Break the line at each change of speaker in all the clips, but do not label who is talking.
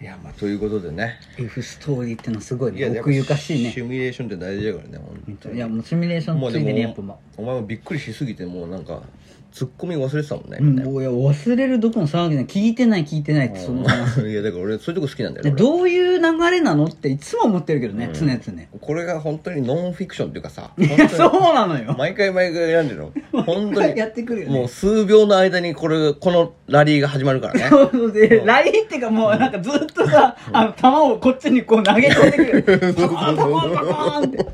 いやまあということでね
F ストーリーってのはすごい
いや
ね奥ゆかしい
シ
ね
ミュレーションって大事だからね本当に
いやもうシミュレーションついでにやっぱまあ
お前もびっくりしすぎてもうなんかツッコミ忘れてたもんね、
うん、もういや忘れるどころの騒ぎじゃない聞いてない聞いてないってその話
いやだから俺そういうとこ好 きなんだ
で
よね
どういう流れなのっていつも思ってるけどね、常々い
俺これが本当にノンフィクションっていうかさ
やそう
本
なの
当に
よ
毎回毎回選んでるの本当に
やってくるよ
も
ね
う数秒の間にこれこのラリーが始まるからね
そうそうで、ラインってかもうなんかずっとさ、あの、球をこっちにこう投げ込んでくる。パコーンパコーンパコーンって。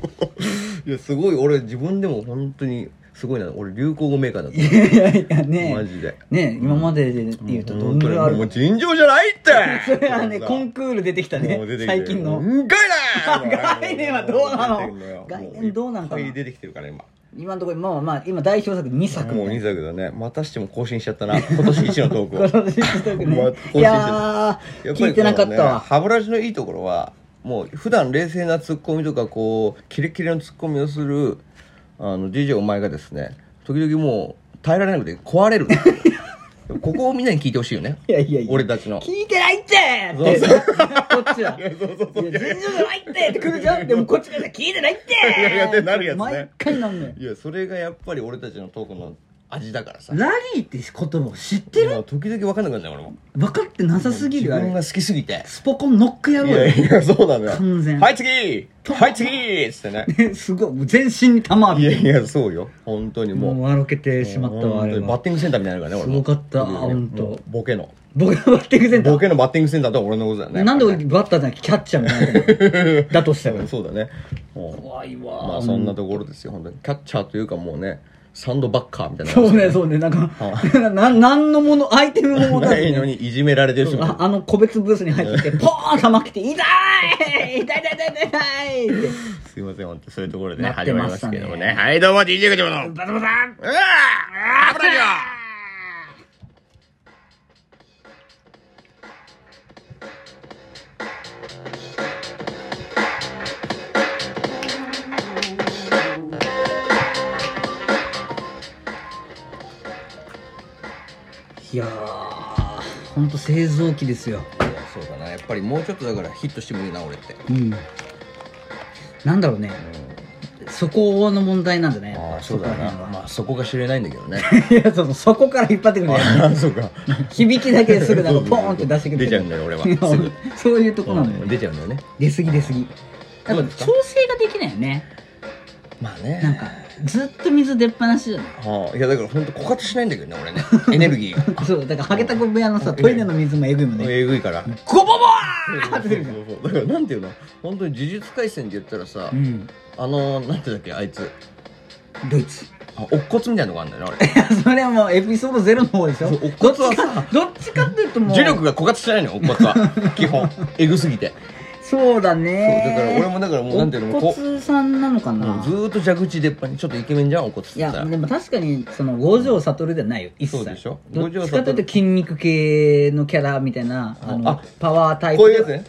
いやすごい俺自分でも本当にすごいな俺流行語メーカーだった
いやいやいや
マ
ね
ジで
ね今までで言うとどん
本当
ぐ
に
らいあ
もう
る
尋常じゃないって
それはね、コン
今
クール出てきたね。最近の。
うんかいなー
概念はどうなの
出てくんよ
概念どうなんかな
もいっぱい出てきてるから今
今のところ、まあまあ、今代表作2作
もう
みたい
2
な。
作だねまたしても更新しちゃったな今年一のトークを
この一作ね
まあ更新してる
いやー、聞いてなかったわ。
歯ブラシのいいところはもう普段冷静なツッコミとかこうキレッキレのツッコミをするあの DJ お前がですね時々もう耐えられなくて壊 れるここをみんなに聞いてほしいよね
いやいやいや。
俺たちの
聞いてないってって
そ
こっちは「いや全然じゃないって!」って来るじゃんでもこっちから「聞いてないって!」
いやいやってなるやつね
毎回なんのよ
いやそれがやっぱり俺たちのトークの味だからさ
ラリーって言葉を知ってる
もう時々分かんなくなっちゃう俺も
分かってなさすぎるよあ
自分
れ
が好きすぎて
スポコンノック野
い
郎
や
よ
いやそうなのよ
完全
はい次はい次っつってね
すごいもう全身に弾あ
い
る
やいやそうよ本当にも
も
う
う笑けてしまったわあ
本当に
れ
バッ
は
ティングセンターみたいなのがね
す
俺も
ごかった
うん
本当
もうボケの
僕がバッティングセンタ
ボ
ー
ケのバッティングセンターとは俺のことだよね
なんで俺バッターじゃなくてキャッチャーみたいなだとしたら
そうだねも
怖いうわ
まあそんなところですよ本当にキャッチャーというかもうねサンドバッカーみたいな
そうねそう ねなんか何のものアイテムも持た
な
ずに
いのにいじめられてる人
あ
も
あの個別ブースに入ってきて、ポーン弾来て、痛い痛い痛い痛い痛いって。
すいません本当そういうところでね
なっ
始
て
まり
ま
ま
し
す
た
け
ね
どもねはいどうも DJ ガチャマのうわ
バタバタ
あ危ないよ
いやー、ほんと製造機ですよ。
いやそうだなやっぱりもうちょっとだからヒットしてもいいな俺って
うん。なんだろうね。そこの問題なんだね。やっぱ
ああそうだ
こら
な
辺は
まあそこが知れないんだけどね
いや、その、そこから引っ張ってくるね。
あ あそうか
響きだけですぐなんかポーンって出してくる。
出ちゃうんだよ俺は
いや
すぐ
そういうとこなのよ。
出ちゃうんだよね
出過ぎ出過ぎ。や
どう
っ
で
ぱ
すか
調整ができないよね。
まあね
なんか、ずっと水出っ放しじゃない
はあ、いやだから本当枯渇しないんだけどね俺 ねエネルギー
そう、だから、ハゲタコ部屋のさ、トイレの水もえぐいもんね。
えぐいから そう
ゴボボ
そ
ー
う
って出るじゃん。
そうだからなんていうの本当に呪術廻戦で言ったらさ、
うん。
あのなんていうんだっけあいつ
ドイツ。い
あ乙骨みたいなのがあるんだよね
や、それはもうエピソードゼロの方でしょ
そう
どっ
乙
ち
骨は
か、どっちかっていう
あれ
ともう。
呪力が枯渇しないのよ乙骨は基 本えぐすぎて
そうだ
そうだから
ね。
俺もだからもうなんていうのもう
お
こう
骨さんなのか
もう
な
ずーっと蛇口出っ歯にちょっとイケメンじゃん乙骨っ
い
て言った
や、
ら
でも確かに、その、五条悟じゃないよ、一切。
そうでしょ
どっちかとい
五
うと
条悟
筋肉系のキャラみたいな、あの
あ、
パワータイプ。
こういうやつね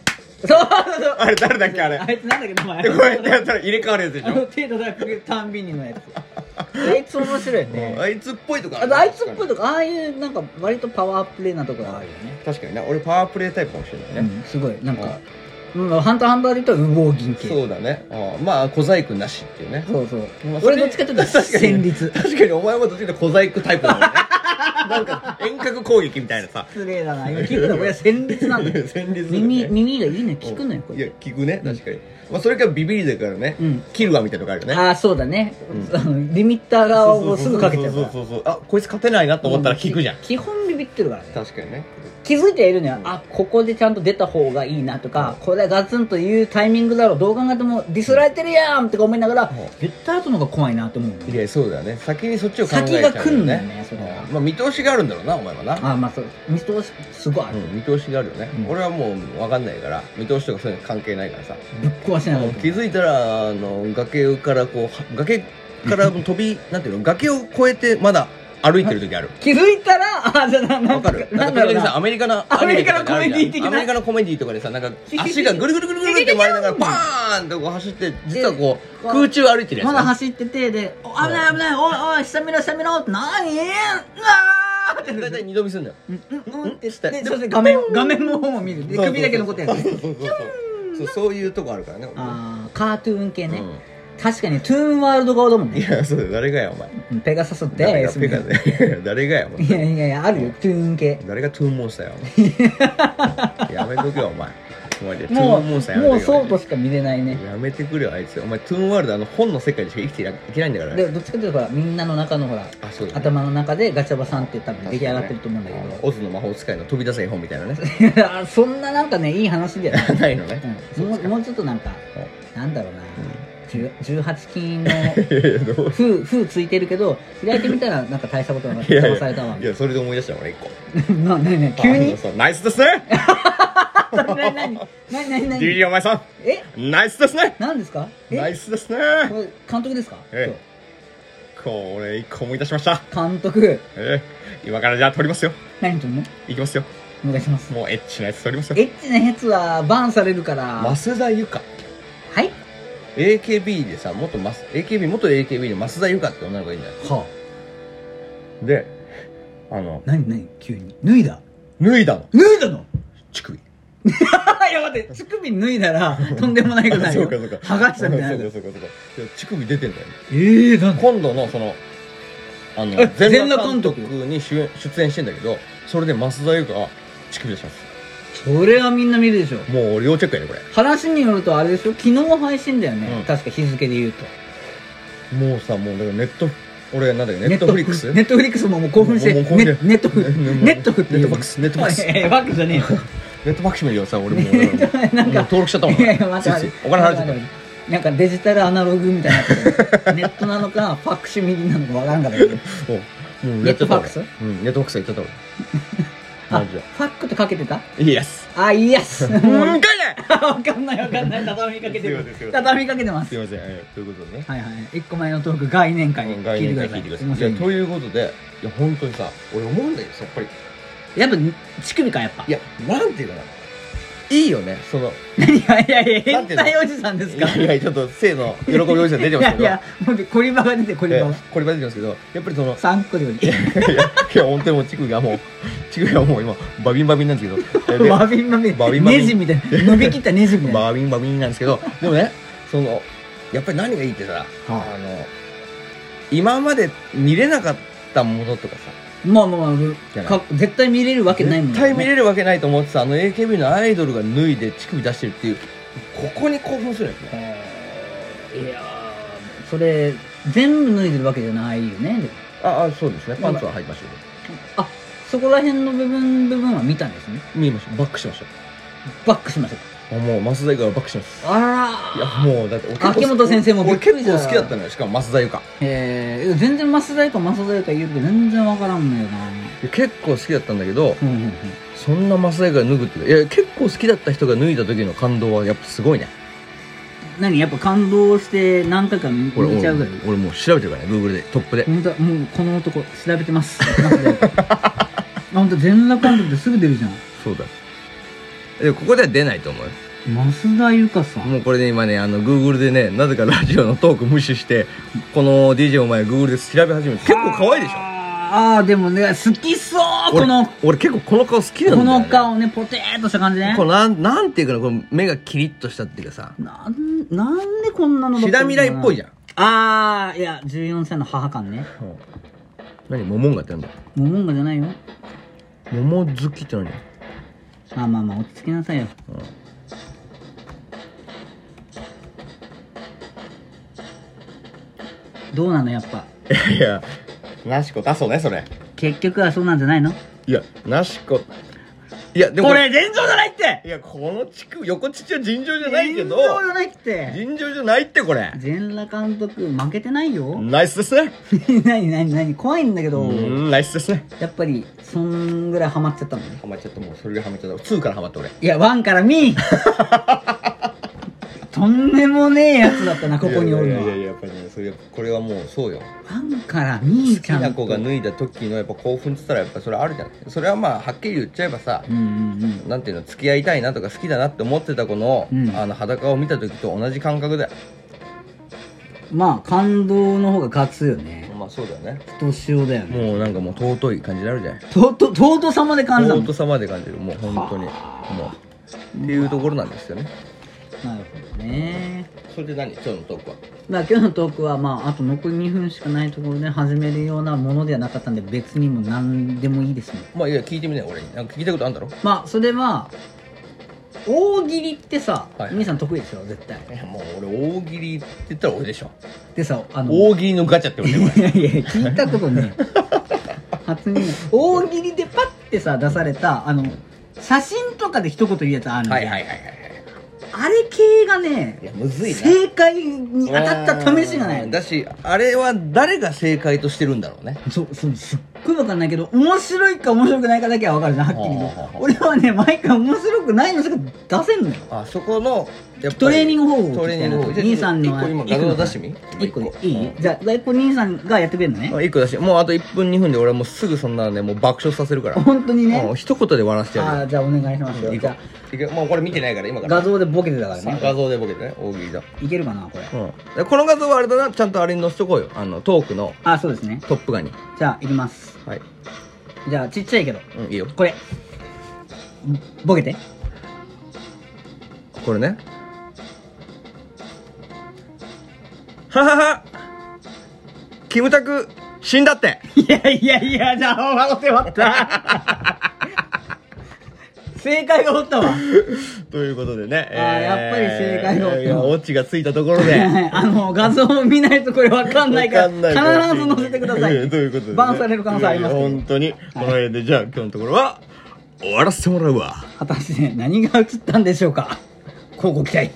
そうそうそう。
あれ誰だっけあれ
あいつなんだっけ、名前。
でこうやってやったら入れ替わるやつでし
あの
ょ
手叩くたんびに のやつあいつ面白いよね
あいつっぽいとか
あとあいつっぽい
と
とかああいうなんか割とパワープレイなとこがあるよね、
確かにね俺パワープレイタイプかもしれないね、
うんすごいなん
は
か
い、
うん、ハンターハンターで言ったら羽毛銀系そう
そうだねああまあ小細工なしっていうね
そう
まあそれ
俺どっちかというと
確かに
戦慄
確かにお前もどっちかというと小細工タイプだもん ねなんか遠隔攻撃みたいなさ
失 礼だな今聞くの俺は戦慄なんだよ
戦慄だね
耳耳がいいのよ聞くのよこ
いや
れ
聞くね確かに、まあ、それからビビりだからね、
うん
キルアみたいなのがあるよね
ああそうだね、あのリミッター側をすぐかけちゃうか
そう
ら
そうそうそうあこいつ勝てないなと思ったら聞くじゃん、
う基本ビビってるからね
確かにね
気づいてはいるのよあここでちゃんと出た方がいいなとか、これはガツンというタイミングだろうどう考えてもディスられてるやんとか思いながら、言った後の方が怖いなと思うの
い
よ
やそうだよね先にそっちを考えちゃう
先
よね
が来るんだよねそれは
うんまあ見通しがあるんだろうなお前はな
あまあそう見通しすごいあ
う
る、
ん、見通しがあるよね、
うん
俺はもう分かんないから見通しとかそういうの関係ないからさ、
ぶっ壊しながら
気づいたらあの崖からこうは崖から飛びなんていうの崖を越えてまだ歩いてる時ある
気づいたら あじゃあな な
わ
ん
か
か
るな
なんん
か
だ
時
ろう
々さア
な
メリカの
アメリカの
アとかあるじゃん
コメディ的な
アメリカのコメディとかでさなんか足がぐるぐるぐるぐるって回りながらバーンとこう走って実はこう
え
空中を歩いてるやつ
ま
ね
だ走っててでお危ない危ないおいおい下見ろ下見ろって何うわー
大体二度見すんだよ
うんうんってし
して
てそして画面画面の方も見るで首だけ残ってる
そうそうそうそうそういうとこあるからね
あーカートゥーン系ね、
うん
確かにトゥーンワールド側だもん
い
ね
やそうだよ誰がやお前
うんペガサス
誰
で
が
す
ペガ
い
で 誰がやお前
やいやいやあるよトゥーン系
誰がトゥーンモンスターやお 前やめとけよお前お前でトゥー
もう
ンモ
も
ンスターやめ
う
とけよ
そうとしか見れないね
やめてくれよあいつお前トゥーンワールドあの本の世界でしか生きていらいけないんだから
でどっちかというとほらみんなの中のほら
あそうだね
頭の中でガチャバさんって多分出来上がってると思うんだけ
あのオズの魔法使いの飛び出せ絵本みたいな ね
ど、あそんななんかねいい話だよ、ね
ないのね
うんもうもうちょっとなんかなんだろうな、10 18 金の
いやいやどう
風風ついてるけど開いてみたらなんか大したことなかった
いやい
邪魔されたわ
やいやそれで思い出したわ俺一個
ななになに急
あ
に
そうナイスですね
なになになになにな
DD
に
お前さ
え
んナイスですね
何ですか
ナ
え
イスですね
これ監督ですか
えこれ一個思い出しました
今日監督
ええ今からじゃあ撮りますよ
何とね
いきますよ
お願いします
もうエッチなやつ撮りますよ
エッチなやつはバンされるからは
増田由香
い
AKB でさ元マス AKB 元 AKB の増田由香って女の子がいるんだよ
は
であの
なになに急に脱いだ
脱いだの
脱いだの
乳首
いや待って乳首脱い だらとんでもないことになる
そう
よ
かそうか
剥がしたみたいな
そうかそうかそうかいや乳首出てんだよね
ええなんで
今度のそのあの
え
全
全
裸
裸
監
監督
督に主演出演してんだけどそれで増田優香が乳首出します
それはみんな見るでしょ
もう要チェックやねこれ
話によるとあれでしょ昨日配信だよね、
うん
確か日付で言うと
もうさもうだからネット俺なんだっけネットフリックス
ネットフリックスももう興奮して
もうもう興奮して
ネネットフネットフって
ネットファックスネットファックス
おいええファックスじゃね えよ
ネットファックスもいいよ さ俺もう
ットファックスなん
も
か
う登録しちゃ ったもん
いやいや、また
ついついお金払っちゃった
なんかデジタルアナログみたいになって るネットなのか、ファクシミリなのかわからんからけど。
もう
ネットファックス
やっちゃった俺うんネットファックスやっちゃ った
あ、
俺マ
フ
ジ
ァックってかけてた
でイエス
あ、いやす。
うん
もう、
かいね
わかんないわかんない。畳みかけ
す
て
いま
る
せんすいませ。ん
畳みかけてますす。
いませんえーということでね
はいはい。一個前のトーク、概念会。
概
聞い
念会
てくださ
聞い
い。
てくだ
す
さ
い
い
ま
いや
せん
ということでいや本当にさ俺思うんだけどさやっぱり
やっぱ、乳首か、やっぱ
い。やなんていうかないいよねその
何が、いやいや、
なん
変
ていうの
態おじさんです
い
か
やいやちょっと性の喜びおじさん出て
い
ます
や
け
い
ど
や、もう、コリバが出て、コリ
え
バが。
ーこれまで出てますけどやっぱりその
3個より。
いやいや本当にもう乳首がもう乳首がもう今バビンバビンなんですけ どで
バビンバビン。
バビンバビン
ネジみたいな。伸びきったネジみたいな。
バービンバビンなんですけ どでもねそのやっぱり何がいいってさ、
は
あの今まで見れなかったものとかさ
まあまあま
じゃ
あ
ない
か絶対見れるわけないもん
絶対見
る
れるわけないと思ってたあの AKB のアイドルが脱いで乳首出してるっていうここに興奮するよね
いやーそれ全部脱いでるわけじゃないよねでも
ああそうですねパンツは履いてましたけ
あそこら辺の部分部分は見たんですね
ど見えましたバックしまし
バックしました
あもう増田優香がバックします
たあ
い
ら
やもうだって俺結構
秋元先生もびっ
俺
くり
結
じゃん
構好きだったのよしかも増田優香
えー、全然増田優か増田優か言うけど全然わからんのよな、
いや結構好きだったんだけど
うんうんうん、
そんな増田優香が脱ぐっていや結構好きだった人が脱いだ時の感動はやっぱすごいね
何やっぱ感動して何回か見
これ
見ちゃうぐらい
俺俺もう調べてるからね Google でトップで
本当はもうこの男調べてます増田優香あ本当全裸監督ですぐ出るじゃん
そうだでここでは出ないと思うよ
増田優香さん
もうこれで今ねあの Google でねなぜかラジオのトーク無視してこの DJ お前 Google で調べ始めて結構可愛いでしょ
あーあーでもね好きそう
俺
この
俺結構この顔好きなんだ
こ
よ、ね、
の顔ねポテーっとした感じね
このなんなんていうかなこの目がキリッとしたっていうかさ
なんなんでこんなの
シダミライっぽいじ
ゃん
ゃん
ああいや14歳の母感ね
何モモンガってなんだ
モモンガじゃないよ
桃好きって何
まあまあまあ落ち着きなさいよどうなのやっぱ
いやいやナシコ出そうねそれ
結局はそうなんじゃないの
いやナシコいやでも
これ尋常じゃないって
いやこの地区横乳は尋常じゃないけ
尋
ど
常じゃないって
尋常じゃないってこれ
全裸監督負けてないよ
ナイスですね
何何何怖いんだけ
う
ど
んナイスですね
やっぱりそんぐらいハマっちゃったのね
ハマっちゃったもうそれでハマっちゃった2からハマった俺
いやワンか らミーとんでもねえやつだったなここにおるの
いやいやい
は
ややっぱりねそれこれはもうそうよ
ワンからミ
好
ー
き
ちゃ
なん子
と
が脱いだ時のやっぱ興奮っつったらやっぱそれあるじゃんそれはまあはっきり言っちゃえばさ
うんうん
なんていうの付き合いたいなとか好きだなって思ってた子の,、
うん
あの裸を見た時と同じ感覚だよ
うんまあ感動の方が勝つよね
まあそうだよね
と塩だよね
もうなんかもう尊い感じになるじゃない
とうとうとうとうさまで感じたの
尊さまで感じるもう本当にもうっていうところなんですよね
なるほどね
それで何今日のトークは
まあ今日のトークはまああと残り2分しかないところで始めるようなものではなかったんで別にもう何でもいいですね
まあいや聞いてみね俺になんか聞きたいことあんだろ
まあそれは大喜利ってさ、
はい
皆さん得意でしょ絶対
いやもう俺大喜利って言ったら俺でしょ
でさあの
大喜利のガチャって呼んでる
いやいや聞いたことねえ初耳大喜利でパッてさ出されたあの写真とかで一言言うやつあるの、
はいはいはいはいはい
あれ系がね
いやむずいな
正解に当たった試しがな
うん
い
だしあれは誰が正解としてるんだろうね
そうそうすっごい分かんないけど面白いか面白くないかだけは分かるじゃんはっきり言う
はあはあはあ
俺はね毎回面白くないのしか出せんのよ
あそこのやっぱり
トレーニング方法
トレーニング方法
兄さんの
一個今画像出してみ
一個
もう
いい、じゃあ大根兄さんがやってくれるのね
あ一個出してもうあと1分2分で俺はもうすぐそんなのねもう爆笑させるから
本当にね
もう一言で終わらせて
あ
や
あじゃあお願いします
る
よ
い
じ
こ
ゃ
ういくよもうこれ見てないから今
あ
から
画像でボケてたから
さあ
ね
画像でボケてね大喜利だ
いけるかなこれ
うんでこの画像はあれだなちゃんとあれに載せとこうよあのトークの
あそうですね
トップガンに
じゃあいきます
はい、
じゃあちっちゃいけど
うん、いいよ
これボケて
これねはははキムタク死んだ って
いやいやいやじゃあ笑って笑った 正解がおったわ
ということでね
あーやっぱり正解が
いやオチがついたところ で
あの画像を見ないとこれわかんないから
わかんないかもしれない
必ず載せてくださ
ええ
い
ということで、ね、
バンされる可能性あります
い
け
や
ど
いや本当にこの辺でじゃあ今日のところは終わらせてもらうわ
果たして何が映ったんでしょうか乞うご期待